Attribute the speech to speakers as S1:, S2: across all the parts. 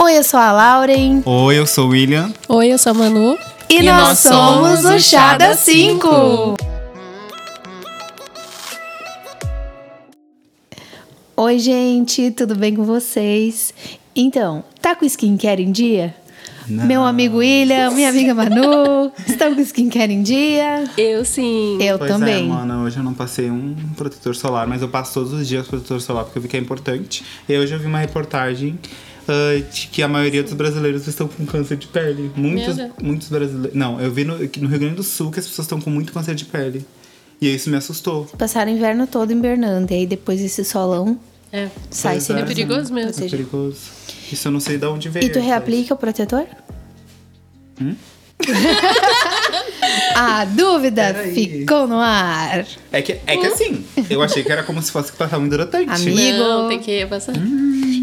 S1: Oi, eu sou a Lauren.
S2: Oi, eu sou o William.
S3: Oi, eu sou a Manu.
S1: E, nós, somos o Chá da 5. Oi, gente, tudo bem com vocês? Então, tá com skincare em dia?
S2: Não.
S1: Meu amigo William, minha amiga Manu, estão com skincare em dia?
S3: Eu sim.
S1: Eu
S2: pois é,
S1: também.
S2: mana, hoje eu não passei um protetor solar, mas eu passo todos os dias protetor solar porque eu vi que é importante. E hoje eu vi uma reportagem ah, de que a maioria dos brasileiros estão com câncer de pele. Muitos,
S3: Deus.
S2: muitos brasileiros. Não, eu vi no, que no Rio Grande do Sul que as pessoas estão com muito câncer de pele. E isso me assustou.
S1: Passaram o inverno todo invernando, e aí depois esse solão
S3: É.
S1: sai
S2: Pois
S1: sem
S3: é perigoso
S1: Ou
S3: mesmo.
S2: É
S1: seja,
S2: perigoso. Isso eu não sei de Hum? onde veio.
S1: E tu
S2: sabe?
S1: reaplica o protetor? A Ah, dúvida
S2: Peraí.
S1: ficou no ar.
S2: É que, é que
S1: Hum?
S2: assim, eu achei que era como se fosse que passava um hidratante.
S1: Amigo.
S3: Não, tem que passar.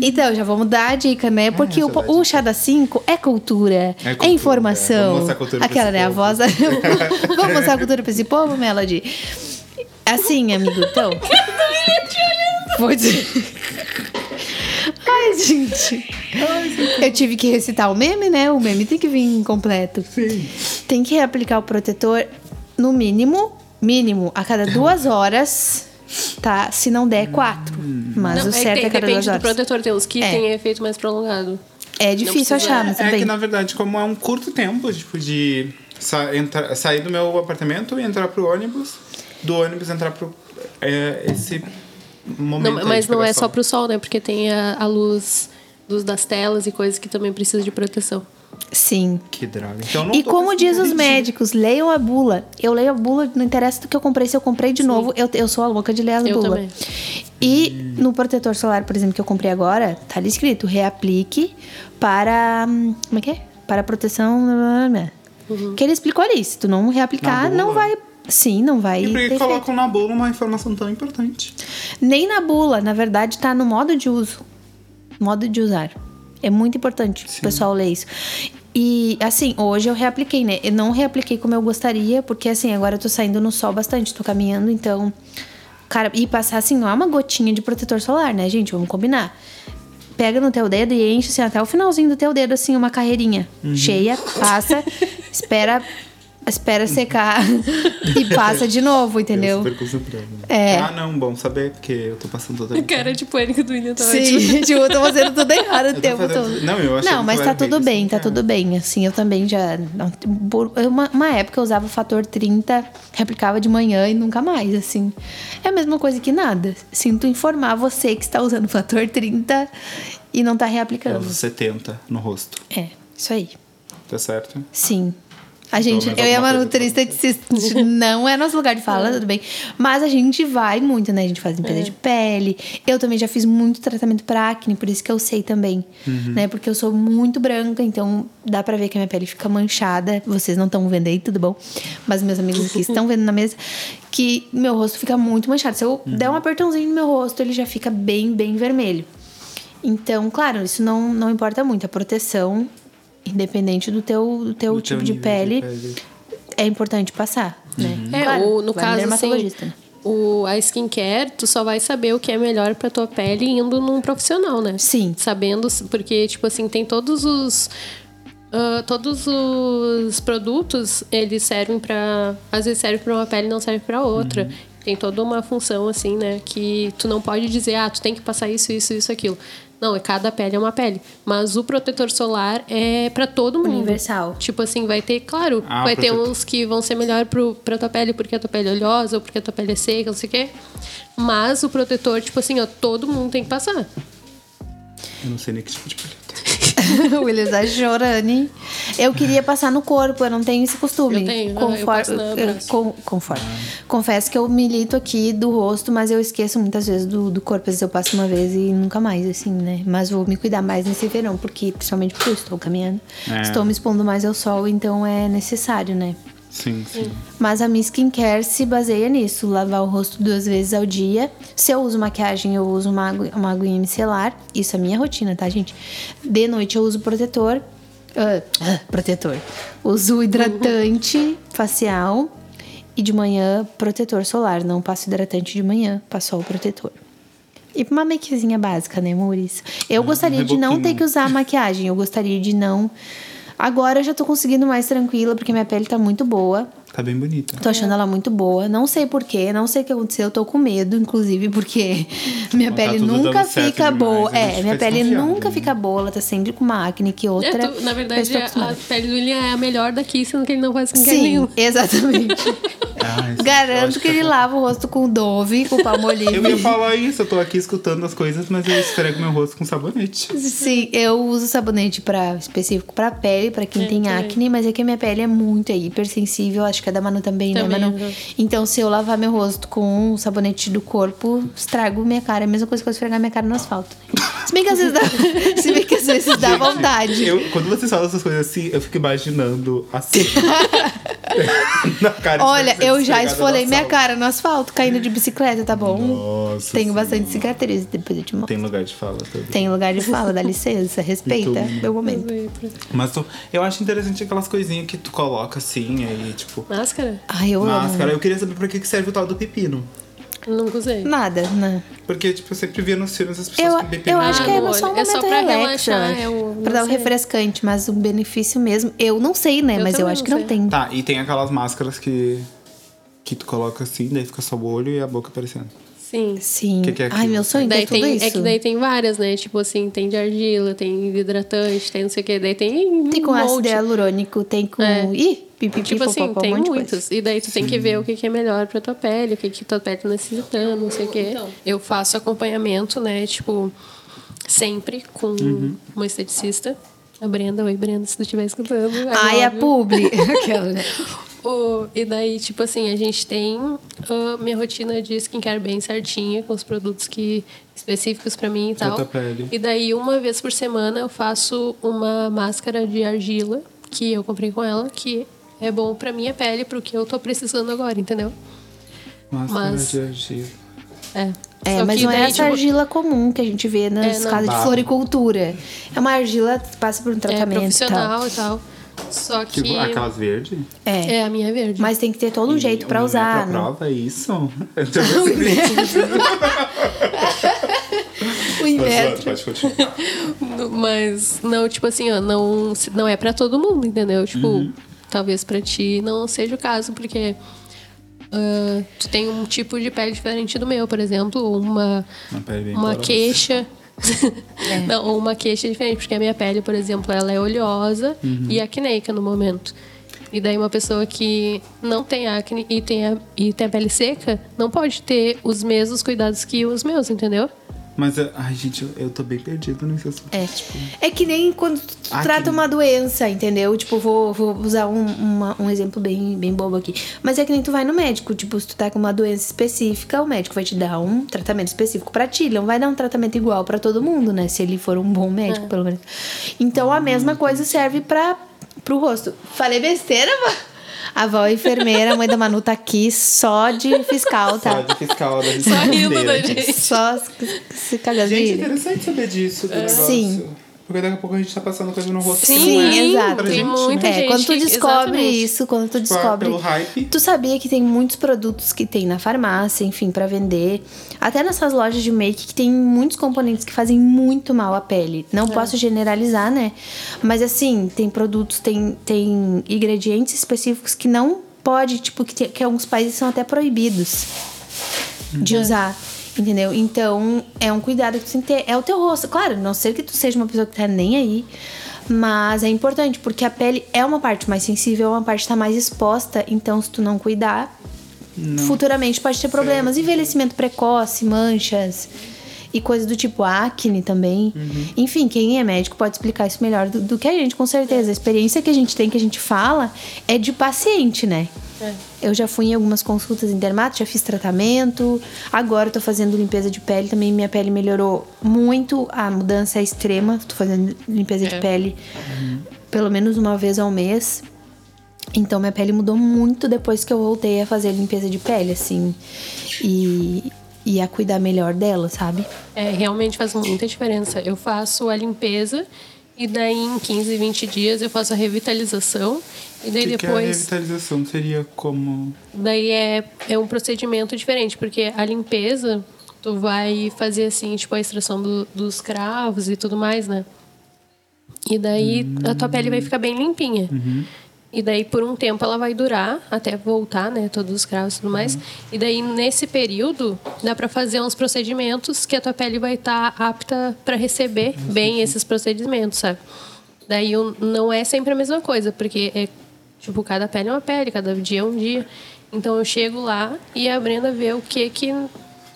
S1: Então, já vamos dar a dica, né? Porque
S2: já
S1: o,
S2: É, dá a dica.
S1: o Chá da 5 é cultura, é,
S2: cultura,
S1: informação.
S2: vamos mostrar a cultura pra
S1: Aquela,
S2: esse
S1: né? A
S2: povo.
S1: voz. da- vamos mostrar a cultura pra esse povo, Melody? Assim, amigo, então. Vou dizer. Ai, gente. Eu tive que recitar o meme, né? O meme tem que vir completo.
S2: Sim.
S1: Tem que reaplicar o protetor no mínimo, mínimo, a cada duas horas, tá? Se não der, quatro. Mas
S3: Não,
S1: o
S3: é que
S1: certo é,
S3: tem,
S1: a cada duas
S3: depende do
S1: horas.
S3: protetor. Tem uns que
S1: É.
S3: têm efeito mais prolongado.
S1: É difícil
S3: Não precisa-
S1: achar, mas tudo
S2: É
S1: bem.
S2: que, na verdade, como é um curto tempo, tipo, de sa- entra- sair do meu apartamento e entrar pro ônibus, do ônibus entrar pro. É, esse momento.
S3: Não,
S2: aí de
S3: mas não é
S2: pegação.
S3: só pro sol, né? Porque tem a, a luz, luz das telas e coisas que também precisa de proteção.
S1: Sim.
S2: Que droga. Então, eu não
S1: E
S2: tô
S1: como
S2: conseguindo
S1: diz os
S2: dirigir.
S1: médicos, leiam a bula. Eu leio a bula, não interessa do que eu comprei. Se eu comprei de novo, eu, eu sou a louca de ler a
S3: Eu
S1: bula.
S3: também.
S1: E no protetor solar, por exemplo, que eu comprei agora, tá ali escrito, reaplique para... hum, Como é que é? Para proteção... blá, blá, blá.
S3: Uhum.
S1: Que ele explicou ali, se tu não
S2: Na
S1: reaplicar,
S2: bula?
S1: não vai... Sim, não vai
S2: E por
S1: ter
S2: que
S1: efeito.
S2: colocam na bula uma informação tão importante?
S1: Nem na bula, na verdade, tá no modo de uso. Modo de usar. É muito importante o pessoal ler isso. E assim, hoje eu reapliquei, né? Eu não reapliquei como eu gostaria, porque assim, agora eu tô saindo no sol bastante, tô caminhando, então. Cara, e passar assim, não é uma gotinha de protetor solar, né, gente? Vamos combinar. Pega no teu dedo e enche assim, até o finalzinho do teu dedo, assim, uma carreirinha cheia, passa, espera, espera secar e passa de novo, entendeu?
S2: Eu super concentrado.
S1: É.
S2: Ah, não, bom saber, porque eu tô passando toda
S3: Cara de pânico do William tá
S1: Sim, gente, eu tô fazendo tudo errado o
S2: tô
S1: tempo
S2: fazendo
S1: todo.
S2: tudo- não, eu achei
S1: Não,
S2: que
S1: mas
S2: tu
S1: tá
S2: era bem
S1: tudo bem, tá
S2: desligada.
S1: tudo bem. Assim, eu também já. não, por- eu- Uma, uma época eu usava o fator 30, replicava de manhã e nunca mais, assim. É a mesma coisa que nada. Sinto informar você que está usando o fator 30 e não tá
S2: Eu
S1: reaplicando.
S2: uso 70 no rosto.
S1: É, isso aí.
S2: Tá certo?
S1: Sim. A gente,
S2: menos
S1: eu e a
S2: Então, alguma
S1: Manu
S2: coisa pra
S1: Trista, não é nosso lugar de fala, tudo bem. Mas a gente vai muito, né? A gente faz
S2: É.
S1: limpeza de pele. Eu também já fiz muito tratamento pra acne, por isso que eu sei também,
S2: Uhum.
S1: né? Porque eu sou muito branca, então dá pra ver que a minha pele fica manchada. Vocês não estão vendo aí, tudo bom? Mas meus amigos aqui estão vendo na mesa que meu rosto fica muito manchado. Se eu
S2: Uhum.
S1: der um apertãozinho no meu rosto, ele já fica bem, bem vermelho. Então, claro, isso não, não importa muito. A proteção, independente do teu, do teu
S2: Do teu
S1: tipo de
S2: nível de
S1: pele,
S2: pele.
S1: é importante passar, né?
S3: É, ou
S1: vai no
S3: no caso, assim,
S1: dermatologista.
S3: o, a skincare, tu só vai saber o que é melhor pra tua pele indo num profissional, né?
S1: Sim.
S3: Sabendo, porque, tipo assim, tem todos os... ah, todos os produtos, eles servem pra... Às vezes serve pra uma pele e não serve pra outra. Tem toda uma função, assim, né? Que tu não pode dizer, ah, tu tem que passar isso, isso, isso, aquilo. Não, é cada pele é uma pele. Mas o protetor solar é pra todo mundo.
S1: Universal.
S3: Tipo assim, vai ter, claro,
S2: Ah,
S3: vai ter
S2: protetor.
S3: uns que vão ser melhor pro, pra tua pele porque a tua pele é oleosa ou porque a tua pele é seca, não sei o quê. Mas o protetor, tipo assim, ó, todo mundo tem que passar.
S2: Eu não sei nem que tipo de pele.
S1: o Willis tá chorando. hein? Eu queria passar no corpo, eu não tenho esse costume.
S3: Eu tenho, ah, eu passo
S1: conforme,
S3: no
S1: eu-
S3: braço.
S1: com- conforme. Confesso que eu milito aqui do rosto, mas eu esqueço muitas vezes do, do corpo. Às vezes eu passo uma vez e nunca mais, assim, né? Mas vou me cuidar mais nesse verão, porque principalmente porque eu estou caminhando.
S2: É.
S1: Estou me expondo mais ao sol, então é necessário, né?
S2: Sim, sim.
S1: Mas a minha skincare se baseia nisso, lavar o rosto duas vezes ao dia. Se eu uso maquiagem, eu uso uma, agu uma aguinha micelar. Isso é minha rotina, tá, gente? De noite eu uso protetor. ah, ah, protetor. Uso hidratante facial. E de manhã, protetor solar. Não passo hidratante de manhã, passo só o protetor. E pra uma maquiazinha básica, né, Maurício? Eu gostaria de não ter
S2: reboquinho.
S1: que usar maquiagem. Eu gostaria de não. Agora eu já tô conseguindo mais tranquila, porque minha pele tá muito boa.
S2: Tá bem bonita.
S1: Tô
S3: É.
S1: achando ela muito boa. Não sei porquê, não sei o que aconteceu. Eu tô com medo, inclusive, porque minha
S2: Não tá
S1: pele
S2: tudo
S1: nunca
S2: dando certo
S1: fica
S2: demais,
S1: boa.
S2: a gente
S1: É,
S2: fica
S1: minha pele
S2: desconfiado,
S1: nunca
S2: né?
S1: fica boa. Ela tá sempre com uma acne que outra.
S3: É, tu- na
S1: Eu
S3: verdade,
S1: estou
S3: a,
S1: acostumada.
S3: a pele do William é a melhor daqui, sendo que ele não faz skincare
S1: Sim,
S3: nenhum.
S1: exatamente.
S2: Ai,
S1: Garanto que ele
S2: lá.
S1: lava o rosto com Dove, com palmo
S2: Eu
S1: olive.
S2: ia falar isso, eu tô aqui escutando as coisas, mas eu esfrego meu rosto com sabonete.
S1: Sim, eu uso sabonete pra, específico pra pele, pra quem
S3: É,
S1: tem
S3: também.
S1: acne, mas é que a minha pele é muito aí, hipersensível, acho que a da Manu também,
S3: Também,
S1: né, Manu?
S3: uhum.
S1: Então, se eu lavar meu rosto com um sabonete do corpo, estrago minha cara. É a mesma coisa que eu esfregar minha cara no asfalto. Se bem que às vezes dá, se bem que às vezes dá vontade.
S2: Eu, quando vocês falam essas coisas assim, eu fico imaginando assim. na cara de
S1: Olha,
S2: vocês
S1: eu já
S2: esfregada
S1: esfolei
S2: na
S1: minha
S2: sala.
S1: cara no asfalto, caindo de bicicleta, tá bom?
S2: Nossa
S1: Tenho
S2: Senhora.
S1: bastante cicatriz, depois eu te mostro.
S2: Tem lugar de fala tá também.
S1: Tem lugar de fala, dá licença, respeita
S2: Então-
S1: meu momento.
S2: Mas tu- eu acho interessante aquelas coisinhas que tu coloca assim, aí, tipo.
S3: Máscara?
S1: Ai, eu
S2: Máscara, eu queria saber pra que que serve o tal do pepino.
S3: Nunca usei.
S1: amo. Nada, né?
S2: Porque, tipo, eu sempre via nos filmes as pessoas
S1: Eu,
S2: com pepino.
S1: eu acho que
S3: no
S1: é
S3: olho.
S1: só um
S3: É
S1: momento
S3: só pra
S1: relax, eu
S3: relaxar,
S1: acho.
S3: é o-
S1: pra
S3: não
S1: dar um
S3: sei.
S1: refrescante, mas o benefício mesmo, eu não sei, né?
S3: Eu
S1: mas eu
S3: também
S1: acho
S3: não
S1: que não
S3: sei.
S1: tem.
S2: Tá, e tem aquelas máscaras que. que tu coloca assim, daí fica só o olho e a boca aparecendo.
S3: Sim.
S1: Sim.
S2: Que que é
S1: Ai,
S2: aquilo?
S1: meu sonho
S3: Daí
S1: ter tudo
S3: tem,
S1: isso.
S3: é que daí tem várias, né? Tipo assim, tem de argila, tem hidratante, tem não sei o que. Daí tem. um
S1: Tem com
S3: monte.
S1: ácido hialurônico, tem com.
S3: É.
S1: Ih, pipipi,
S3: Tipo assim,
S1: popopó, um
S3: tem
S1: monte de coisa.
S3: muitos. E daí tu tem que ver o que, que é melhor pra tua pele, o que, que tua pele tá necessitando, não sei o quê.
S1: Então.
S3: Eu faço acompanhamento, né? Tipo, sempre com uma esteticista. A Brenda, oi Brenda, se tu estiver escutando.
S1: Ai, a
S3: É óbvio.
S1: publi. Aquela, né?
S3: O- e daí, tipo assim, a gente tem ah, minha rotina de skincare bem certinha, com os produtos que específicos pra mim e
S2: Pra
S3: tal.
S2: tua pele.
S3: E daí, uma vez por semana, eu faço uma máscara de argila, que eu comprei com ela, que é bom pra minha pele, pro que eu tô precisando agora, entendeu?
S2: Máscara
S3: Mas-
S2: de argila.
S3: É.
S1: É,
S3: Só
S1: mas
S3: que
S1: não é
S3: daí,
S1: essa
S3: tipo,
S1: argila comum que a gente vê nas
S3: É, não.
S1: casas de
S2: Barro.
S1: floricultura. É uma argila que passa por um
S3: É
S1: tratamento e tal.
S3: profissional e tal. Só que.
S2: Tipo, aquelas verdes.
S1: É.
S3: É, a minha é verde.
S1: Mas tem que ter todo um jeito pra usar.
S2: Pra
S1: né? Um
S2: prova, é isso? Eu tô percebendo.
S1: O
S2: Mas,
S1: inverno.
S2: pode continuar.
S3: No- Mas não, tipo assim, ó, não, se- não é pra todo mundo, entendeu? Tipo, talvez pra ti não seja o caso, porque ah, tu tem um tipo de pele diferente do meu, por exemplo, ou uma
S2: Uma pele bem
S3: uma
S2: cor-
S3: queixa. Não, ou uma queixa diferente, porque a minha pele, por exemplo, ela é oleosa e acneica no momento. E daí uma pessoa que não tem acne e tem a, e tem a pele seca, não pode ter os mesmos cuidados que os meus, entendeu?
S2: Mas, eu- ai, gente, eu, eu tô bem perdido nesse assunto.
S1: É. é que nem quando tu
S2: Tipo, Ah,
S1: trata
S2: que-
S1: uma doença, entendeu? Tipo, vou, vou usar um, uma- um exemplo bem, bem bobo aqui. Mas é que nem tu vai no médico. Tipo, se tu tá com uma doença específica, o médico vai te dar um tratamento específico pra ti. Ele não vai dar um tratamento igual pra todo mundo, né? Se ele for um bom
S2: É.
S1: médico, pelo menos. Então, a mesma coisa serve pra, pro rosto. Falei besteira, vó? A avó é enfermeira, a mãe da Manu tá aqui só de fiscal,
S2: Só
S1: tá?
S2: de fiscal da gente.
S3: Só rindo da
S2: brasileira.
S3: gente.
S1: Só se- se cagando de
S2: Gente, é
S1: rir.
S2: interessante saber disso do negócio.
S1: É. Sim.
S2: Porque daqui a pouco a gente tá passando coisa no rosto.
S3: Sim,
S2: que não é
S1: exato.
S2: pra
S1: Tem
S2: gente,
S3: muito.
S2: né?
S1: é,
S3: gente
S1: quando tu
S3: que-
S1: descobre
S3: exatamente.
S1: isso, quando tu
S2: Claro,
S1: descobre.
S2: pelo hype.
S1: Tu sabia que tem muitos produtos que tem na farmácia, enfim, pra vender. Até nessas lojas de make que tem muitos componentes que fazem muito mal à pele.
S3: É.
S1: Não posso generalizar, né? Mas assim, tem produtos, tem, tem ingredientes específicos que não pode, tipo, que, tem- que alguns países são até proibidos de usar. Entendeu? Então, é um cuidado que tu tem que ter. É o teu rosto. Claro, não ser que tu seja uma pessoa que tá nem aí. Mas é importante, porque a pele é uma parte mais sensível, é uma parte que tá mais exposta. Então, se tu não cuidar, futuramente pode ter problemas. Envelhecimento precoce, manchas. E coisas do tipo acne também. Enfim, quem é médico pode explicar isso melhor do, do que a gente, com certeza. A experiência que a gente tem, que a gente fala, é de paciente, né? Eu já fui em algumas consultas em dermato, já fiz tratamento. Agora eu tô fazendo limpeza de pele também. Minha pele melhorou muito. A mudança é extrema. Tô fazendo limpeza de
S3: É.
S1: pele pelo menos uma vez ao mês. Então minha pele mudou muito depois que eu voltei a fazer limpeza de pele, assim. E, e a cuidar melhor dela, sabe?
S3: É, realmente faz muita diferença. Eu faço a limpeza e daí em 15, 20 dias eu faço a revitalização e daí
S2: que, que a
S3: depois
S2: revitalização seria como.
S3: daí é, é um procedimento diferente, porque a limpeza tu vai fazer assim, tipo, a extração do- dos cravos e tudo mais, né? E daí a tua pele vai ficar bem limpinha. E daí por um tempo ela vai durar até voltar, né? Todos os cravos e tudo mais. E daí nesse período dá pra fazer uns procedimentos que a tua pele vai estar apta pra receber bem esses procedimentos, sabe? Daí um- não é sempre a mesma coisa, porque é tipo cada pele é uma pele, cada dia é um dia. Então eu chego lá e a Brenda vê o que que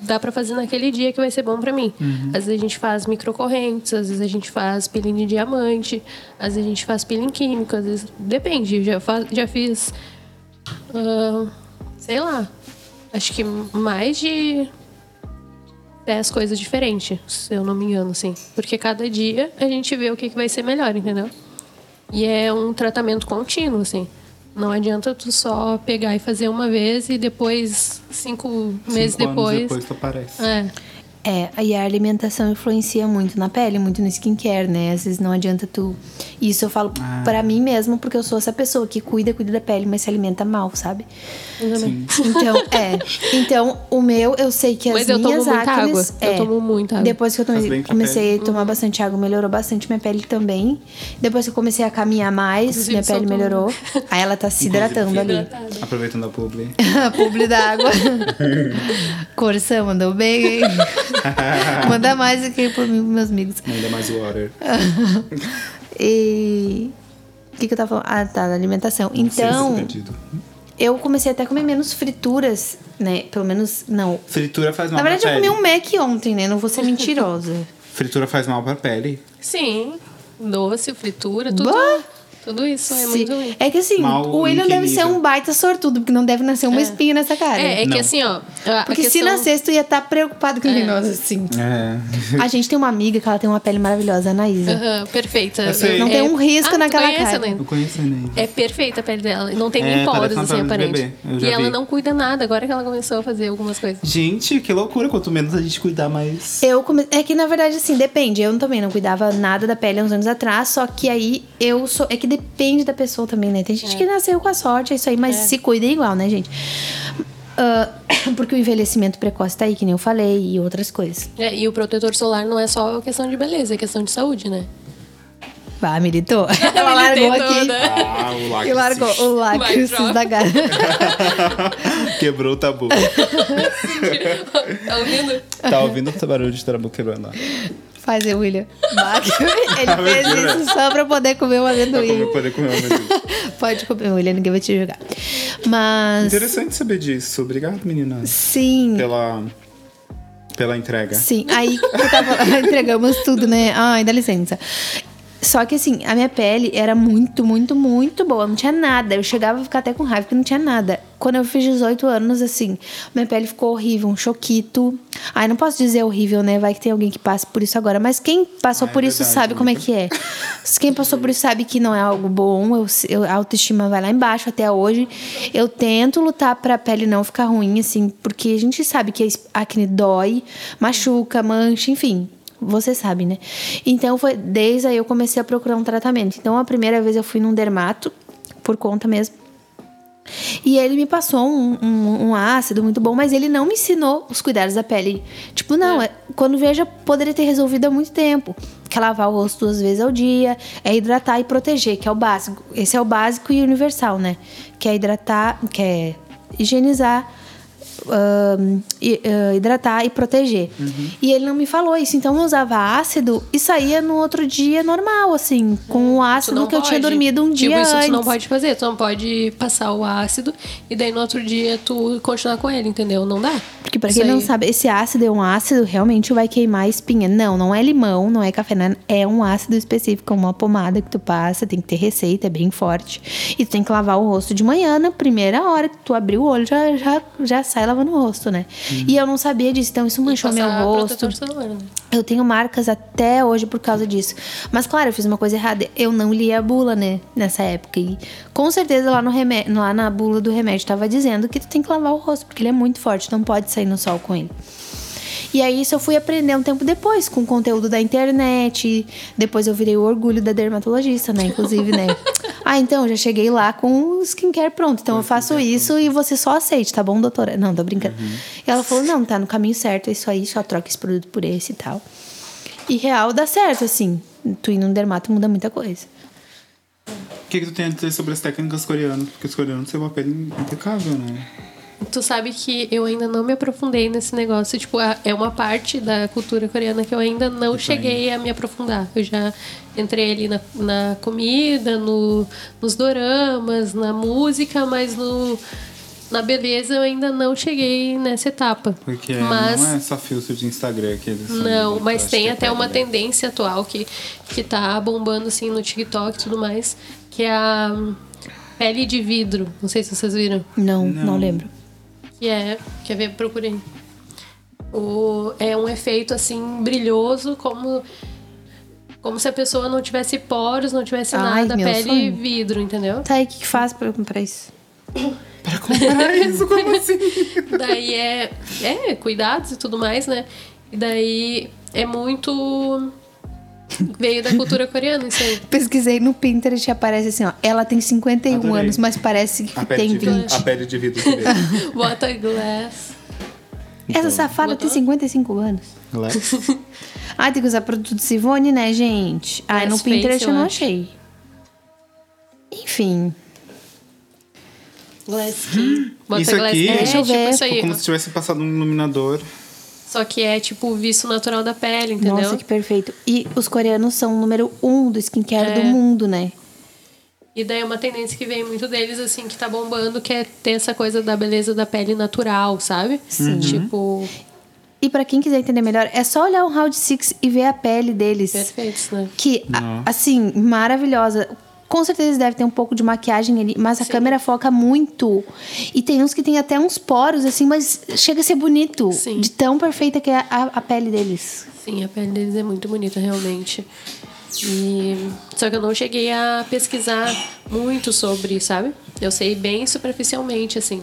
S3: dá pra fazer naquele dia que vai ser bom pra mim. Às vezes a gente faz microcorrentes, às vezes a gente faz peeling de diamante, às vezes a gente faz peeling químico, às vezes depende. eu Já fa- já fiz ah, sei lá, acho que mais de 10 coisas diferentes, se eu não me engano, assim. Porque cada dia a gente vê o que, que vai ser melhor, entendeu? E é um tratamento contínuo, assim. Não adianta tu só pegar e fazer uma vez e depois, cinco, meses
S2: Cinco anos
S3: depois,
S2: depois tu aparece.
S3: é,
S1: É, e a alimentação influencia muito na pele, muito no skincare, né? Às vezes não adianta tu. Isso eu falo pra mim mesmo, porque eu sou essa pessoa que cuida, cuida da pele, mas se alimenta mal, sabe?
S2: Sim.
S1: Então, é. Então, o meu, eu sei que
S3: Mas
S1: as
S3: eu tomo
S1: minhas
S3: muita
S1: acnes-
S3: água. Eu
S1: é,
S3: tomo muita água.
S1: Depois que eu
S2: Faz bem
S1: tomei,
S2: pra pele.
S1: comecei a
S3: Uhum.
S1: tomar bastante água, melhorou bastante minha pele também. Depois que eu comecei a caminhar mais,
S3: Inclusive,
S1: minha pele
S3: soltou um-
S1: melhorou. Aí ela tá se hidratando ali.
S2: né? Aproveitando a publi.
S1: A publi da água. Corção, mandou bem, hein? Manda mais aqui pra mim, pros meus amigos.
S2: Ainda mais water.
S1: E. O que, que eu tava falando? Ah, tá, da alimentação. Então,
S2: Sem esse pedido.
S1: eu comecei até a comer menos frituras, né? Pelo menos, não.
S2: Fritura faz
S1: Na
S2: mal
S1: verdade,
S2: pra
S1: eu
S2: pele.
S1: comi um Mac ontem, né? Não vou ser mentirosa.
S2: Fritura faz mal pra pele.
S3: Sim, doce, fritura, tudo,
S1: Bah!
S3: tudo isso é
S1: Se-
S3: muito ruim.
S1: É que assim,
S2: Mal
S1: o William
S2: em que
S1: deve ser
S2: nível?
S1: um baita sortudo, porque não deve nascer uma espinha nessa cara.
S3: É, é
S2: Não.
S3: que assim, ó. a- a
S1: porque se
S3: questão-
S1: nascesse, tu ia estar preocupado com é. nós, assim.
S2: É.
S1: A gente tem uma amiga que ela tem uma pele maravilhosa, a Anaísa.
S3: Aham, perfeita. É, ah,
S2: Eu sei.
S1: Não tem um risco
S3: tu
S1: naquela
S3: conhece,
S1: cara.
S3: Helena?
S2: Eu conheço né? a Enem.
S3: É perfeita a pele dela. Não tem nem
S2: É,
S3: poros,
S2: parece uma
S3: assim,
S2: perna de
S3: aparente.
S2: bebê. Eu já
S3: E ela
S2: vi.
S3: não cuida nada, agora que ela começou a fazer algumas coisas.
S2: Gente, que loucura. Quanto menos a gente cuidar, mais.
S1: Eu come... É que na verdade, assim, depende. Eu também não cuidava nada da pele há uns anos atrás, só que aí eu sou. É que depende da pessoa também, né? Tem gente que nasceu com a sorte, é isso aí, mas se cuida igual, né, gente? Ah, porque o envelhecimento precoce tá aí, que nem eu falei, e outras coisas.
S3: É, e o protetor solar não é só questão de beleza, é questão de saúde, né?
S1: Vá, militou. Ela largou
S3: Militei
S1: aqui.
S3: toda.
S2: Ah, o lacre.
S1: E largou o lápis
S3: Vai,
S1: da gara.
S2: Quebrou o tabu.
S3: tá ouvindo?
S2: tá ouvindo o barulho de tabu quebrando lá.
S1: Faz aí, William. Vá, que Ele fez
S2: Mentira.
S1: isso só pra poder comer um
S2: Tá como
S1: amendoim.
S2: eu poder comer um amendoim.
S1: Pode comer, William, ninguém vai te julgar. Mas.
S2: Interessante saber disso. Obrigado, meninas.
S1: Sim.
S2: Pela... Pela entrega.
S1: Sim, aí que eu tava- ah, entregamos tudo, né? Ai, dá licença. Só que assim, a minha pele era muito, muito, muito boa, não tinha nada. Eu chegava a ficar até com raiva porque não tinha nada. Quando eu fiz 18 anos, assim, minha pele ficou horrível, um choquito. Ai, não posso dizer horrível, né? Vai que tem alguém que passa por isso agora. Mas quem passou
S2: Ah, é
S1: por isso
S2: verdade,
S1: sabe
S2: né?
S1: como é que é. Quem passou por isso sabe que não é algo bom, eu, eu- a autoestima vai lá embaixo até hoje. Eu tento lutar pra pele não ficar ruim, assim, porque a gente sabe que a es- acne dói, machuca, mancha, enfim. Você sabe, né? Então foi desde aí eu comecei a procurar um tratamento. Então a primeira vez eu fui num dermato, por conta mesmo. E ele me passou um, um- um ácido muito bom, mas ele não me ensinou os cuidados da pele. Tipo, não, é- quando veja, poderia ter resolvido há muito tempo. Que é lavar o rosto duas vezes ao dia, é hidratar e proteger, que é o básico. Esse é o básico e universal, né? Que é hidratar, que é higienizar, ahn, hi- ah, hidratar e proteger.
S3: Uhum.
S1: E ele não me falou isso, então eu usava ácido e saía no outro dia normal, assim, com o
S3: Isso
S1: ácido que eu tinha dormido um dia
S3: tipo, isso
S1: antes.
S3: tu não pode fazer. Tu não pode passar o ácido e daí no outro dia tu continuar com ele, entendeu? Não dá.
S1: Porque pra
S3: Isso
S1: quem não
S3: aí.
S1: sabe, esse ácido é um ácido, realmente vai queimar a espinha. Não, não é limão, não é café, não é- é um ácido específico, é uma pomada que tu passa, tem que ter receita, é bem forte. E tu tem que lavar o rosto de manhã, na primeira hora que tu abrir o olho, já, já, já sai lavando o rosto, né? E eu não sabia disso, então isso manchou meu
S3: Uhum. Passar
S1: rosto.
S3: protetor solar, né?
S1: Eu tenho marcas até hoje por causa disso. Mas claro, eu fiz uma coisa errada. Eu não li a bula, né? Nessa época. E com certeza lá, no remé- lá na bula do remédio tava dizendo que tu tem que lavar o rosto, porque ele é muito forte, não pode sair no sol com ele. E aí isso eu fui aprender um tempo depois, com conteúdo da internet. Depois eu virei o orgulho da dermatologista, né? Inclusive, né? Ah, então, já cheguei lá com o skincare pronto. Uhum. Então eu faço isso e você só aceite, tá bom, doutora? Não, tô brincando. E ela falou: não, tá no caminho certo, é isso aí, só troca esse produto por esse e tal. E real dá certo, assim. Tu ir num dermato muda muita coisa.
S2: O que, que tu tem a dizer sobre as técnicas coreanas? Porque os coreanos têm uma pele impecável, né?
S3: Tu sabe que eu ainda não me aprofundei nesse negócio. Tipo, a- é uma parte da cultura coreana que eu ainda não cheguei a me aprofundar. Eu já entrei ali na, na comida, no, nos doramas, na música, mas no, na beleza eu ainda não cheguei nessa etapa.
S2: Porque
S3: mas,
S2: não é só filtro de Instagram que eles são
S3: não,
S2: muito
S3: mas tem até
S2: achados,
S3: uma
S2: né?
S3: tendência atual que, que tá bombando assim no TikTok e tudo mais, que é a hum, pele de vidro. Não sei se vocês viram.
S1: Não, não,
S2: Não.
S1: lembro.
S3: Que é. Quer ver? Procurei. O, é um efeito assim brilhoso, como. Como se a pessoa não tivesse poros, não tivesse
S1: Ai,
S3: nada,
S1: meu
S3: pele
S1: sonho.
S3: vidro, entendeu?
S1: Tá aí, o que, que faz pra comprar isso?
S2: Pra comprar isso, como assim?
S3: Daí é, é cuidados e tudo mais, né? E daí é muito. Veio da cultura coreana isso aí.
S1: Pesquisei no Pinterest e aparece assim, ó. Ela tem 51
S2: Adorei.
S1: anos, mas parece que
S2: A pele,
S1: tem
S2: de
S1: 20.
S2: vidro, a pele de vidro dele.
S3: Water glass.
S1: Essa safada tem
S3: Botou?
S1: 55 anos. Ah, tem que usar produto de Sivone, né, gente? Ah, no
S3: Mas fez,
S1: Pinterest eu
S3: eu
S1: não
S3: acho.
S1: achei. Enfim.
S3: Glass skin. Water
S2: Isso
S3: glass
S2: aqui-
S3: é
S1: Deixa eu
S3: tipo
S1: ver.
S3: isso aí.
S2: Como se tivesse passado um iluminador.
S3: Só que é tipo o viço natural da pele, entendeu?
S1: Nossa, que perfeito. E os coreanos são o número um do skincare
S3: É.
S1: do mundo, né?
S3: E daí é uma tendência que vem muito deles, assim, que tá bombando, que é ter essa coisa da beleza da pele natural, sabe? Sim. Tipo,
S1: E pra quem quiser entender melhor, é só olhar o Round Six e ver a pele deles.
S3: perfeitos, né?
S1: Que, a- assim, maravilhosa. Com certeza deve ter um pouco de maquiagem ali, mas a câmera foca muito. E tem uns que tem até uns poros, assim, mas chega a ser bonito.
S3: Sim.
S1: De tão perfeita que é a, a pele deles.
S3: Sim, a pele deles é muito bonita, realmente. E... Só que eu não cheguei a pesquisar muito sobre, sabe? Eu sei bem superficialmente, assim.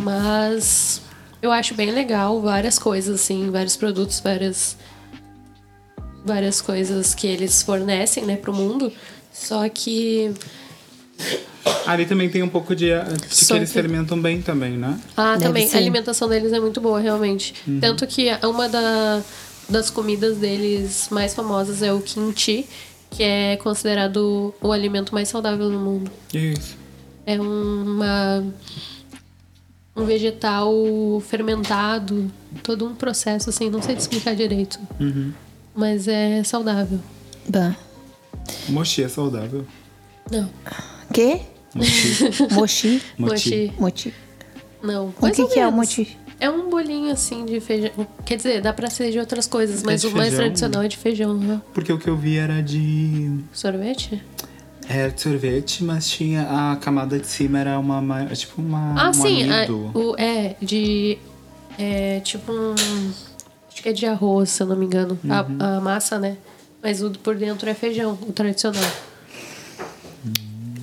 S3: Mas eu acho bem legal várias coisas, assim, vários produtos, várias. Várias coisas que eles fornecem, né, pro mundo. Só que.
S2: Ali também tem um pouco de, de que
S3: Só
S2: eles
S3: que-
S2: fermentam bem também, né?
S3: Ah,
S1: Deve
S3: também.
S1: ser.
S3: A alimentação deles é muito boa, realmente.
S2: Uhum.
S3: Tanto que uma da- das comidas deles mais famosas é o kimchi, que é considerado o alimento mais saudável do mundo.
S2: Isso.
S3: É uma, um vegetal fermentado, todo um processo, assim, não sei te explicar direito.
S2: Uhum.
S3: Mas é saudável.
S1: Bah.
S2: Mochi é saudável.
S3: Não,
S1: Quê?
S2: Mochi.
S1: Mochi?
S2: Mochi.
S3: mochi.
S1: Mochi.
S3: Não.
S1: O
S3: mais
S1: que,
S3: ou
S1: que é o
S3: menos.
S1: mochi?
S3: É um bolinho assim de feijão. Quer dizer, dá pra ser de outras coisas, mas
S2: de
S3: o mais
S2: feijão,
S3: tradicional é de feijão, né?
S2: Porque o que eu vi era de.
S3: Sorvete?
S2: Era de sorvete, mas tinha a camada de cima era uma. ma- é Tipo uma.
S3: Ah,
S2: um
S3: sim. É,
S2: amido.
S3: o, é, de. É tipo um. Acho que é de arroz, se eu não me engano. A, a massa, né? Mas o por dentro é feijão, o tradicional.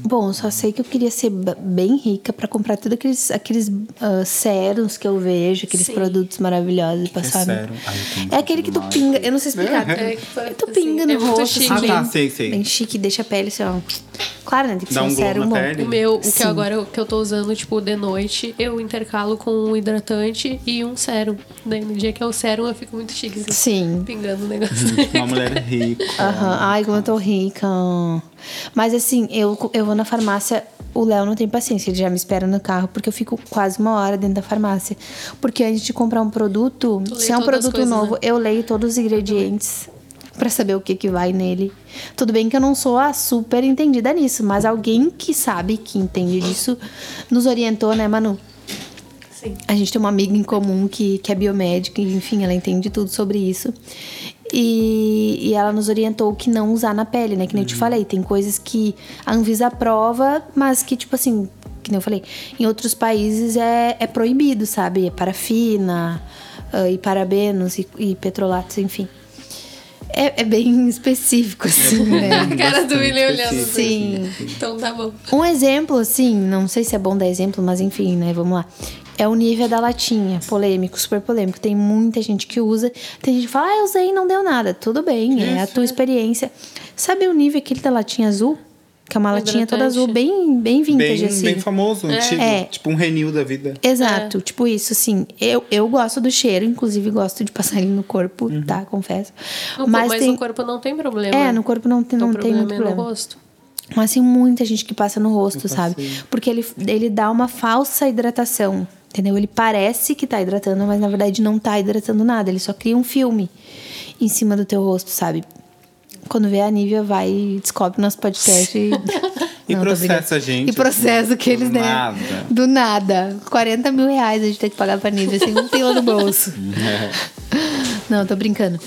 S1: Bom, eu só sei que eu queria ser b- bem rica pra comprar todos aqueles, aqueles ah, sérums que eu vejo, aqueles
S3: Sim.
S1: produtos maravilhosos e
S2: é
S1: passar. no-
S2: sério. Ai, eu tô muito
S1: É aquele que tu
S2: mal.
S1: pinga, eu não sei explicar.
S3: É,
S1: tu- tu
S3: assim,
S1: pinga
S3: é
S1: no
S3: muito
S1: rosto,
S3: chique.
S1: assim,
S2: Ah, tá,
S1: bem-
S2: sei, sei.
S1: Bem chique, deixa a pele assim, ó. Claro, né? Tem que
S2: Dá
S1: ser
S2: um
S1: um
S2: glow
S1: sérum
S2: na
S1: bom.
S2: pele.
S3: O meu, o que
S1: Sim.
S3: agora o que eu tô usando, tipo, de noite, eu intercalo com um hidratante e um sérum. Daí no dia que é o sérum, eu fico muito chique, assim,
S1: Sim.
S3: pingando o negócio.
S2: Uma mulher rica.
S1: Aham. Ai, como eu tô rica. Mas assim, eu, eu vou na farmácia. O Léo não tem paciência, ele já me espera no carro, porque eu fico quase uma hora dentro da farmácia. Porque antes de comprar um produto,
S3: Tu lê
S1: se é um
S3: todas as
S1: produto
S3: coisas,
S1: novo,
S3: né?
S1: eu leio todos os ingredientes pra saber o que que vai nele. Tudo bem que eu não sou a super entendida nisso, mas alguém que sabe, que entende disso, nos orientou, né, Manu?
S3: Sim.
S1: A gente tem uma amiga em comum que, que é biomédica, e, enfim, ela entende tudo sobre isso. E, e ela nos orientou o que não usar na pele, né? Que nem eu te falei, tem coisas que a Anvisa aprova, mas que, tipo assim, que nem eu falei, em outros países é, é proibido, sabe? É parafina, ah, e parabenos, e, e petrolatos, enfim. É, é bem específico, assim, né?
S3: A cara do William olhando.
S2: específico.
S3: assim.
S1: Sim.
S3: Então tá bom.
S1: Um exemplo, assim, não sei se é bom dar exemplo, mas enfim, né? Vamos lá. É o Nivea da latinha, polêmico, super polêmico. Tem muita gente que usa. Tem gente que fala, ah, eu
S3: é.
S1: usei e não deu nada. Tudo bem, é a tua experiência. Sabe o Nivea, aquele da latinha azul? Que é uma latinha toda
S3: Hidratante.
S1: azul, bem, bem vintage,
S2: Bem,
S1: assim.
S2: bem famoso, antigo.
S1: É.
S2: Tipo um renil da vida.
S1: Exato,
S3: É.
S1: tipo isso, assim. Eu, eu gosto do cheiro, inclusive gosto de passar ele no corpo, tá? Confesso.
S3: Uhum. Não,
S1: mas
S3: mas um
S1: tem,
S3: no corpo não tem problema.
S1: É, no corpo não tem,
S3: O
S1: não tem
S3: problema
S1: muito
S3: é no
S1: problema.
S3: rosto.
S1: Mas tem Então, assim, muita gente que passa no rosto, sabe?
S2: passei.
S1: Porque ele, ele dá uma falsa hidratação, entendeu? Ele parece que tá hidratando, mas na verdade não tá hidratando nada. Ele só cria um filme em cima do teu rosto, sabe? Quando vê a Nívia, vai e descobre o nosso podcast e...
S2: E
S1: Não, tô
S2: processa a gente.
S1: e processo que
S2: Do
S1: eles deram.
S2: nada.
S1: Do nada. 40 mil reais a gente tem que pagar pra Nívia, sem um pila no bolso. Não, tô brincando.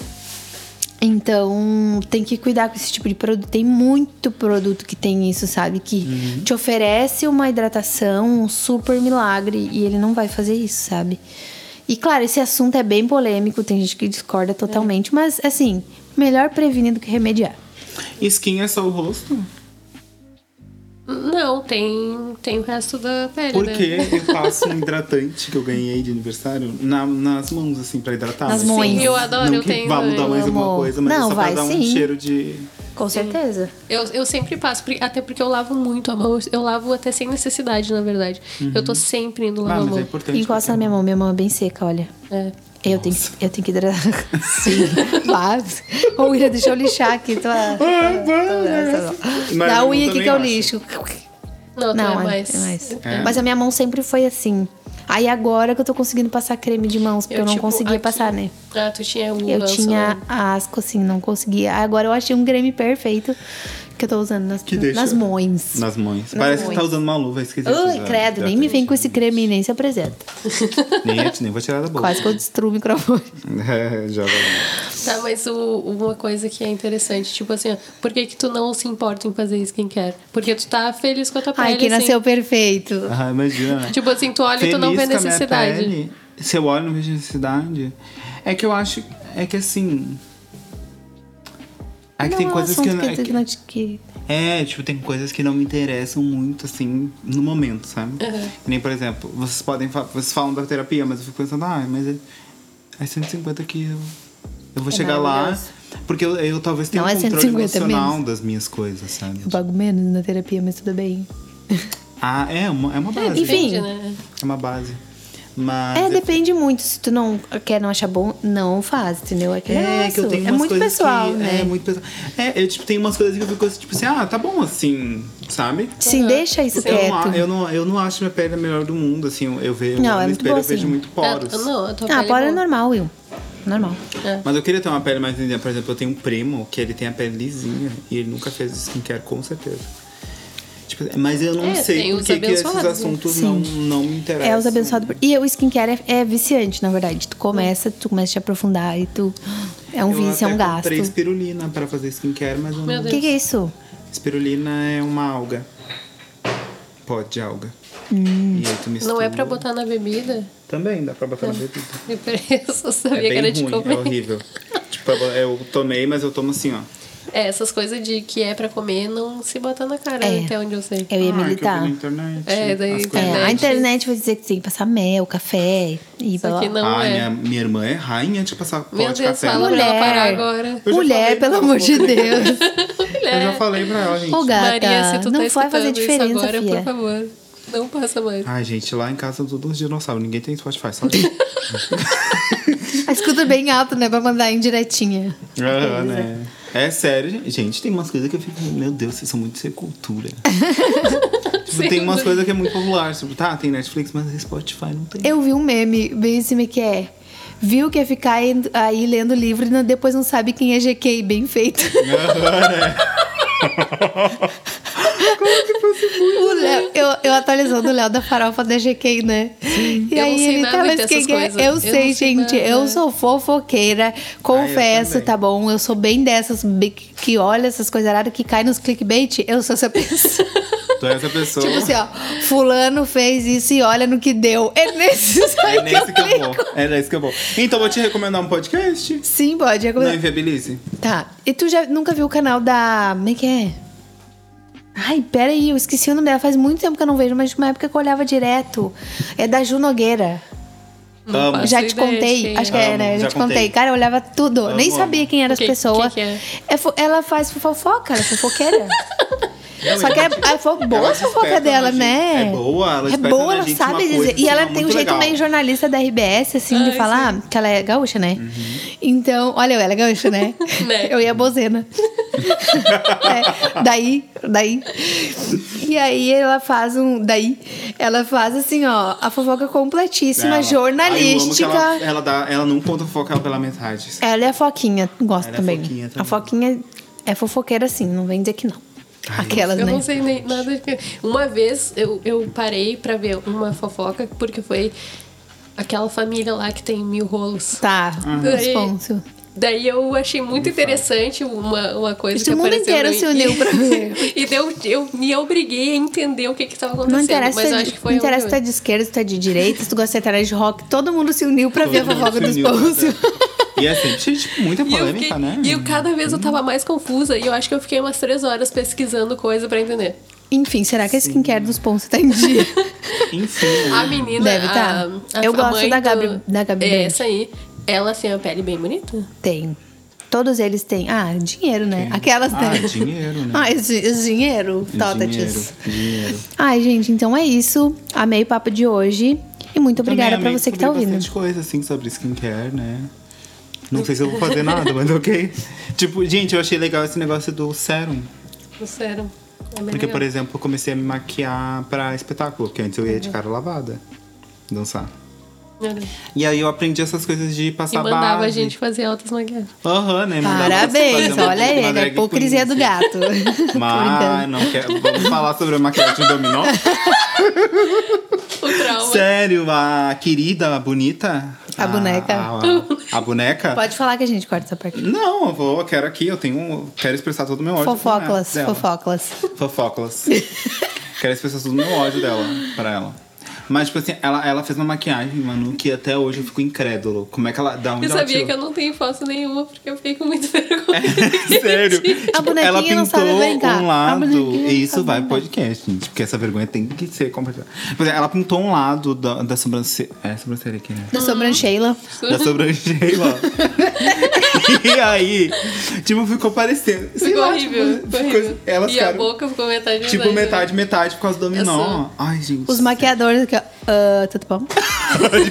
S1: Então, tem que cuidar com esse tipo de produto. Tem muito produto que tem isso, sabe? Que te oferece uma hidratação, um super milagre, e ele não vai fazer isso, sabe? E claro, esse assunto é bem polêmico, tem gente que discorda totalmente, mas assim, melhor prevenir do que remediar.
S2: Skin é só o rosto?
S3: Não, tem, tem o resto da
S1: É,
S3: pele, né?
S2: Porque eu passo um hidratante que eu ganhei de aniversário na- nas mãos, assim, pra hidratar.
S1: Nas
S2: mas
S1: mãos.
S2: não-
S3: Eu adoro,
S2: não
S3: eu
S2: que
S3: tenho
S2: Vá mudar
S3: também.
S2: mais alguma
S1: Amo.
S2: coisa, mas
S1: Não,
S2: só
S1: vai
S2: pra dar um
S1: sim.
S2: cheiro de.
S1: Com certeza.
S3: Eu, eu sempre passo, porque- até porque eu lavo muito a mão. Eu lavo até sem necessidade, na verdade. Eu tô sempre indo lavar
S2: Uhum. Ah,
S3: a
S2: mas
S3: mão.
S2: é importante.
S1: E gosta da minha mão, minha mão é bem seca, olha.
S3: É.
S1: Eu tenho, que, eu tenho que hidratar. Sim, faz. Ô, William, deixa eu lixar aqui tua.
S2: Ah, porque- Mas
S1: Dá a
S2: eu
S1: unha aqui
S2: também
S1: que eu
S2: acho.
S1: lixo.
S3: Não, não,
S1: Não,
S3: é
S1: é
S3: mais.
S1: é mais.
S2: É.
S1: Mas a minha mão sempre foi assim. Aí agora que eu tô conseguindo passar creme de mãos, porque eu, não
S3: tipo,
S1: conseguia
S3: aqui-
S1: passar, né?
S3: Ah, tu tinha um
S1: Eu
S3: lanço,
S1: tinha
S3: né?
S1: asco, assim, não conseguia. Agora eu achei um creme perfeito que eu tô usando nas,
S2: Que deixa-
S1: nas mães.
S2: Nas mãos. Parece que tá
S1: mãos.
S2: usando uma luva, esqueci. de
S1: Ai,
S2: usar
S1: credo, nem me vem com esse
S2: hidratante.
S1: creme, nem se apresenta.
S2: Nem, nem vou tirar da boca.
S1: Quase que eu destruo o microfone.
S2: É, Joga. lá.
S3: Tá, mas o- uma coisa que é interessante, tipo assim, ó, por que, que tu não se importa em fazer skincare? Porque tu tá feliz com a tua pele.
S1: Ai, quem
S3: assim.
S1: nasceu perfeito.
S2: Ah, imagina. né?
S3: Tipo assim, tu olha e tu não vê
S2: Feliz com a minha
S3: necessidade.
S2: pele. Se eu olho não vejo necessidade. É que eu acho. É que assim. É que
S1: não
S2: tem
S1: é um
S2: coisas que,
S1: assunto
S2: eu não-
S1: que,
S2: é que-
S1: que não te- que-
S2: É, tipo, tem coisas que não me interessam muito, assim, no momento, sabe? Que Nem, por exemplo, vocês podem falar, vocês falam da terapia, mas eu fico pensando, ah, mas é, é 150 que eu, eu vou chegar lá.
S1: É maravilhoso.
S2: Porque eu, eu talvez tenha
S1: Não
S2: um
S1: é
S2: controle
S1: 150
S2: emocional
S1: menos.
S2: das minhas coisas, sabe?
S1: Eu pago menos na terapia, mas tudo bem.
S2: Ah, é uma, é uma base.
S1: enfim.
S3: Entende, né?
S2: É uma base. Mas.
S1: É, depende muito. Se tu não quer, não achar bom, não faz, entendeu? É, que
S2: É,
S1: negócio.
S2: que eu tenho
S1: é
S2: umas
S1: muito
S2: coisas
S1: pessoal,
S2: que,
S1: né?
S2: É, muito pessoal. É, eu, tipo, tenho umas coisas que eu fico, tipo assim, ah, tá bom assim, sabe?
S1: Sim, deixa isso
S2: Eu não,
S1: quieto.
S2: a- eu, não, eu não acho minha pele a melhor do mundo, assim, eu- eu vejo
S1: Não,
S2: no
S1: é muito
S2: espelho,
S1: boa,
S2: eu vejo
S1: assim.
S2: muito poros.
S3: Ah, não, a tua
S1: Ah,
S3: pele É.
S1: agora é
S3: boa.
S1: normal, Will. Normal.
S2: Mas eu queria ter uma pele mais lisinha. Por exemplo, eu tenho um primo que ele tem a pele lisinha e ele nunca fez skincare, com certeza. Tipo, mas eu não
S3: É,
S2: sei
S3: tem
S2: por
S3: os
S2: que que esses
S3: abençoados, né?
S2: assuntos
S1: Sim.
S2: não, não me interessam.
S1: É os abençoados. por- E o skincare é, é viciante, na verdade. Tu começa, tu começa a te aprofundar e tu. É um
S2: eu
S1: vício, é um
S2: até
S1: gasto.
S2: comprei espirulina pra fazer skincare, mas eu
S3: Meu
S2: não...
S1: O que, que é isso?
S2: Espirulina é uma alga. Pó de alga.
S1: Hum.
S2: E aí tu mistura.
S3: Não é pra botar na bebida?
S2: Também dá pra botar na bebida.
S3: Eu só
S2: É
S3: sabia que
S2: bem
S3: era de
S2: ruim, é
S3: comer.
S2: horrível. tipo, eu tomei, mas eu tomo assim, ó.
S3: É, essas coisas de que é pra comer não se bota na cara,
S1: É.
S3: até onde eu sei.
S1: Eu ia
S2: Ah, que eu vi
S1: militar.
S2: na internet.
S3: É, daí
S2: as
S3: internet.
S2: coisas.
S1: É, a internet vai dizer que tem que passar mel, café e blá,
S3: Só que
S1: blá.
S3: não
S2: Ai,
S3: é.
S2: Ah, minha, minha irmã é rainha de passar pó
S3: Meu
S2: de
S3: Deus,
S2: café.
S3: fala pra ela
S1: Mulher.
S3: parar
S2: Eu
S3: agora.
S2: já falei um
S1: Mulher,
S2: pra
S1: pelo
S2: ela.
S1: amor de Deus. É,
S2: Eu já
S3: Mulher.
S2: falei pra ela, gente.
S1: Ô, gata,
S3: Maria, se tu
S1: não
S3: tá
S1: vai fazer
S3: escutando isso
S1: diferença,
S3: agora, por
S1: fia.
S3: favor. Não passa mais.
S2: Ai, gente, lá em casa todos os dinossauros. Ninguém tem Spotify, só eu.
S1: Mas escuta bem alto, né? Pra mandar indiretinha.
S2: Ah, né? É sério, gente. Tem umas coisas que eu fico, meu Deus, vocês são muito sem cultura. tipo, tem umas coisas que é muito popular. Tipo, tá, tem Netflix, mas Spotify não tem.
S1: Eu vi um meme bem em cima que é. Viu que é ficar indo- aí lendo livro e não- depois não sabe quem é GK, bem feito. O Léo- eu, eu atualizando o Léo da farofa da GK, né? E
S3: Eu não
S1: aí
S3: sei
S1: ele
S3: nada
S1: tá, mas
S3: dessas
S1: quem é?
S3: coisas.
S1: Eu,
S3: Eu
S1: sei,
S3: não sei
S1: gente.
S3: nada.
S1: Eu sou fofoqueira, confesso,
S2: também.
S1: tá bom? Eu sou bem dessas bem que que olha essas coisas raras, que cai nos clickbait. Eu sou essa pessoa.
S2: Tu é essa pessoa.
S1: tipo assim, ó. Fulano fez isso e olha no que deu. É nesse
S2: é
S1: site que eu
S2: nesse que eu vou.
S1: clico.
S2: É nesse que eu vou. Então, vou te recomendar um podcast.
S1: Sim, pode. é como-
S2: Não inviabilize.
S1: Tá. E tu já nunca viu o canal da. Como é que é? Ai, peraí, eu esqueci o nome dela. Faz muito tempo que eu não vejo, mas uma época que eu olhava direto. É da Ju Nogueira.
S2: Amo.
S3: Faço
S1: já te
S3: ideia de
S1: contei.
S3: quem
S1: Acho que
S2: é.
S1: é, né?
S2: Amo,
S1: Eu
S2: já
S1: já te contei.
S2: contei.
S1: Cara, eu olhava tudo.
S2: Amo,
S1: Nem
S2: amo.
S1: sabia quem eram as
S3: Que-
S1: pessoas.
S3: que que é?
S1: É fo- ela faz fofoca, ela é fofoqueira. Só que é, é fo- boa a
S2: Ela se
S1: fofoca
S2: esperta
S1: dela,
S2: na
S1: né?
S2: gente. É boa, ela
S1: É
S2: esperta
S1: boa,
S2: na
S1: ela
S2: gente
S1: sabe
S2: uma
S1: dizer.
S2: coisa
S1: e ela
S2: que
S1: tem um
S2: muito
S1: jeito
S2: legal.
S1: meio jornalista da RBS, assim, de
S3: Ai,
S1: falar que ela é gaúcha, né?
S2: Uhum.
S1: Então, olha, ela é gaúcha, né?
S3: Né?
S1: Eu ia bozena. É, daí, daí. E aí ela faz um. Daí, ela faz assim, ó, a fofoca completíssima,
S2: Ela-
S1: jornalística.
S2: Ai, eu amo que Ela, é ela, dá, ela não conta fofoca pela metade.
S1: Ela é a Foquinha, gosto
S2: Ela é a
S1: também.
S2: Foquinha
S1: A
S2: também.
S1: Foquinha é fofoqueira sim, não vem dizer que não. Aquelas,
S3: Eu
S1: né?
S3: não sei nem nada. de- Uma vez eu, eu parei pra ver uma fofoca, porque foi aquela família lá que tem mil rolos.
S1: Tá,
S3: Daí-
S1: responso.
S3: Daí eu achei muito interessante uma, uma coisa
S1: Isso
S3: que
S1: o mundo
S3: apareceu
S1: inteiro
S3: no-
S1: se uniu pra ver.
S3: e deu, eu me obriguei a entender o que que estava acontecendo.
S1: Não interessa, se
S3: mas eu
S1: tu é
S3: acho
S1: de-
S3: que
S1: não
S3: foi
S1: interessa se
S3: um-
S1: tu é de esquerda, se tu é de direita, se tu gosta de atrás de rock, todo mundo se uniu pra ver a
S2: Todo mundo
S1: fofoca
S2: se
S1: dos
S2: uniu pra
S1: Pôncio.
S2: E é sempre cheio de muita
S3: E eu,
S2: polêmica,
S3: fiquei-
S2: né?
S3: e eu cada vez eu tava mais confusa e eu acho que eu fiquei umas três horas pesquisando coisa pra entender.
S1: Enfim, será que a skincare dos Pôncio tá em dia?
S2: Enfim. né?
S3: A menina.
S1: Deve tá.
S3: a- a-
S1: Eu
S3: a
S1: gosto
S3: mãe
S1: da
S3: do-
S1: Gabi- da Gabi
S3: É,
S1: Bento.
S3: essa aí. Ela tem a pele bem bonita.
S1: Tem. Todos eles têm. Ah, dinheiro, né? Aquelas, né?
S2: Ah, dinheiro, né?
S1: Ah, esse- esse dinheiro,
S2: dinheiro,
S1: Totatis.
S2: dinheiro.
S1: Ai, gente, então é isso. Amei o papo de hoje. E muito obrigada pra
S2: Também amei
S1: você que tá
S2: descobrir
S1: ouvindo.
S2: bastante coisa, assim, sobre skincare, né? Não sei se eu vou fazer nada, mas ok. Tipo, gente, eu achei legal esse negócio do sérum.
S3: Sério. É bem
S2: Porque,
S3: legal.
S2: por exemplo, eu comecei a me maquiar pra espetáculo, porque antes eu ia de
S1: Uhum.
S2: cara lavada dançar. E aí eu aprendi essas coisas de
S3: E
S2: passar
S3: mandava
S2: base.
S3: a gente fazer altas maquiagens.
S2: Aham, né? Mandava fazer
S1: Parabéns,
S2: uma-
S1: olha
S2: uma
S1: ele, a
S2: drag
S1: hipocrisia
S2: queen,
S1: do
S2: assim.
S1: gato.
S2: Mas não quer. Vamos falar sobre a maquiagem dominó?
S3: O trauma.
S2: Sério, a querida, a bonita.
S1: A boneca.
S2: A, a boneca.
S1: Pode falar que a gente corta essa parte.
S2: Não, eu vou, eu quero aqui, eu tenho. Quero expressar todo o meu ódio.
S1: Fofoclas,
S2: pra ela- dela.
S1: fofoclas.
S2: Fofoclas. quero expressar todo o meu ódio dela pra ela. Mas, tipo assim, ela, ela fez uma maquiagem, mano, que até hoje eu fico incrédulo. Como é que ela. Da onde
S3: Eu
S2: ela
S3: sabia
S2: tirou?
S3: que eu não tenho foto nenhuma, porque eu fiquei com muita vergonha.
S2: É, Sério.
S1: A
S2: Tipo,
S1: bonequinha
S2: ela pintou
S1: não sabe brincar.
S2: um
S1: A
S2: lado.
S1: bonequinha não
S2: E isso
S1: sabe
S2: vai pro
S1: brincar.
S2: podcast, gente. Porque essa vergonha tem que ser compartilhada. Por exemplo, Ela pintou um lado da, da sobrancelha. É sobrancelha aqui, né?
S1: Da sobrancheila.
S2: Da sobrancelha. e aí, tipo, ficou parecendo. sei
S3: Ficou
S2: lá,
S3: horrível.
S2: tipo,
S3: ficou
S2: ficou-
S3: horrível.
S2: Elas
S3: e a
S2: ficaram.
S3: boca ficou metade
S2: Tipo, metade, metade por causa do dominó.
S3: sou-
S2: Ai, gente.
S1: né? Os maquiadores aqui, ó. Ah, tudo bom? Ah, tudo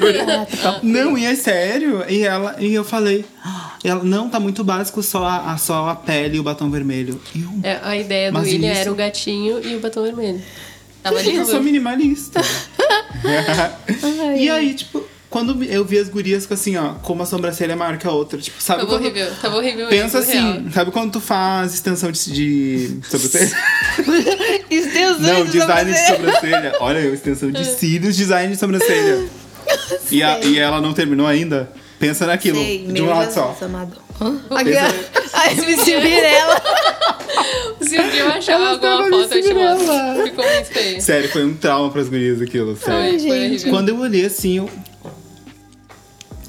S1: bom?
S2: Não, e é sério. E ela e eu falei, "Ah", e ela, não, tá muito básico só a, a- só a pele e o batom vermelho. E eu,
S3: É, a ideia do
S2: Mas
S3: William
S2: isso-
S3: era o gatinho e o batom vermelho. Tava ali
S2: eu sou
S3: no
S2: minimalista. e aí, tipo, quando eu vi as gurias com assim, ó, como a sobrancelha é maior que a outra, tipo, sabe?
S3: Tava
S2: quando-
S3: Tá horrível. Tava horrível.
S2: Pensa
S3: isso,
S2: assim,
S3: real.
S2: sabe quando tu faz extensão de, de sobrancelha?
S1: Isso tem os
S2: Não,
S1: dois,
S2: design de
S1: sobrancelha.
S2: sobrancelha. Olha eu, extensão
S3: É.
S2: de cílios, design de sobrancelha. E, a- e ela não terminou ainda? Pensa naquilo,
S1: Sei,
S2: de um lado
S3: assim,
S2: só. é
S1: amado. Hã? Aqui, ó. Ai, me ela.
S3: Se um dia eu achar
S2: Ela
S3: alguma
S2: tava
S3: foto, eu te
S2: Cinderela.
S3: mostro. Ficou muito feio.
S2: Sério, foi um trauma pras gurias aquilo, sério.
S1: Ai,
S3: Foi, foi
S1: gente.
S3: horrível.
S2: Quando eu olhei assim, eu...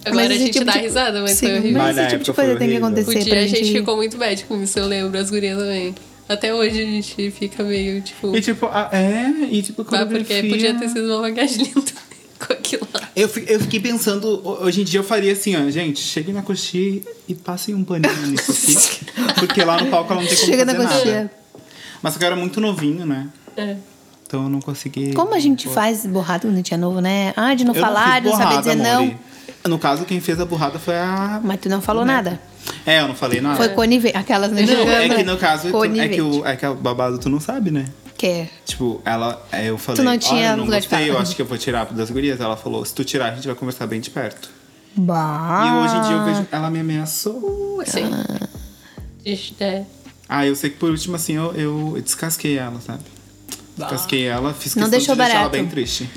S3: Agora
S1: esse
S3: a gente
S1: tipo
S3: dá
S1: de-
S3: risada, mas foi
S1: Sim,
S3: horrível.
S1: mas
S2: Mas na
S1: esse tipo de
S2: época foi
S1: coisa tem que
S2: horrível.
S1: acontecer
S3: O dia
S1: pra
S3: a gente
S1: gente...
S3: ficou muito bad com isso, eu lembro, as gurias também. Até hoje a gente fica meio, tipo...
S2: E tipo, ah, é, e tipo,
S3: Bah,
S2: quando
S3: Ah, porque podia ter sido uma maquiagem linda com aquilo lá.
S2: eu, fi- eu fiquei pensando, ho- hoje em dia eu faria assim, ó, gente, cheguem na coxinha e passem um paninho nisso aqui. Porque lá no palco ela não tem como
S1: Chega na
S2: fazer
S1: coxinha.
S2: nada. Mas eu era muito novinho, né?
S3: É.
S2: Então eu não consegui.
S1: Como a gente faz borrado quando a gente é novo, né? Ah, de não
S2: Eu
S1: falar,
S2: fiz
S1: de não saber
S2: borrada,
S1: dizer
S2: amore.
S1: não.
S2: No caso, quem fez a burrada foi a.
S1: Mas tu não falou nada.
S2: É, eu não falei nada.
S1: Foi conivente. Aquelas, né?
S2: Não, é que no caso, tu- é
S1: Conivente.
S2: que, o, é que a babado tu não sabe, né?
S1: Que é.
S2: Tipo, ela. é, Eu falei,
S1: Tu não
S2: "Olha,
S1: tinha
S2: eu não
S1: lugar de
S2: gostei,
S1: fala."
S2: eu acho que eu vou tirar das gurias. Ela falou, se tu tirar, a gente vai conversar bem de perto.
S1: Bah.
S2: E hoje em dia eu vejo. Ela me ameaçou.
S3: Sim. Gente, assim? é.
S2: Ah, eu sei que por último, assim, eu, eu descasquei ela, sabe? Descasquei ela, fiz
S1: Ah. Não
S2: questão
S1: deixou
S2: de deixar ela
S1: barato. Ah,
S2: bem triste.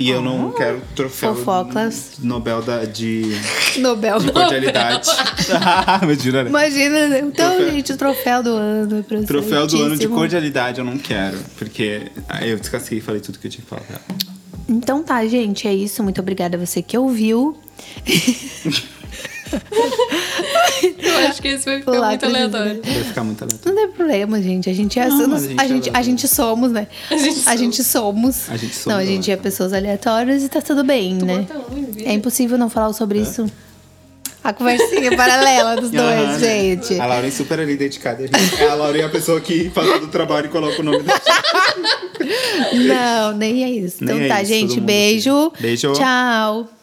S2: E eu não quero troféu
S1: Fofocas.
S2: Nobel da, de
S1: Nobel.
S2: Tipo, cordialidade. Ah, Mentira, né?
S1: Imagina, né? então,
S2: Troféu.
S1: gente, o troféu do ano. pra
S2: Troféu do ano de
S1: certíssimo.
S2: cordialidade eu não quero, porque aí eu descasquei e falei tudo que eu tinha que falar. pra ela.
S1: Então tá, gente, é isso. Muito obrigada a você que ouviu.
S3: Eu acho que esse vai ficar
S1: Lá,
S3: muito
S1: acredito,
S3: aleatório.
S2: Vai ficar muito aleatório.
S1: Não tem problema, gente. A gente é
S2: Não, mas
S1: a, gente, a, gente,
S2: é
S1: somos, né?
S3: A gente
S1: somos.
S2: A gente somos,
S1: Não, a gente é
S2: aleatório.
S1: pessoas aleatórias e tá tudo bem, né?
S3: Bota um e vira.
S1: É
S2: É.
S1: impossível não falar sobre isso. A conversinha paralela
S2: Ah,
S1: dos dois,
S2: Aham.
S1: gente.
S2: A Lauren super ali dedicada. gente. A Lauren é a pessoa que faz todo o trabalho e coloca o nome da
S1: Não, nem é isso. Então
S2: Nem é
S1: tá,
S2: isso, todo
S1: gente.
S2: mundo
S1: Beijo.
S2: assim. Beijo.
S1: Tchau.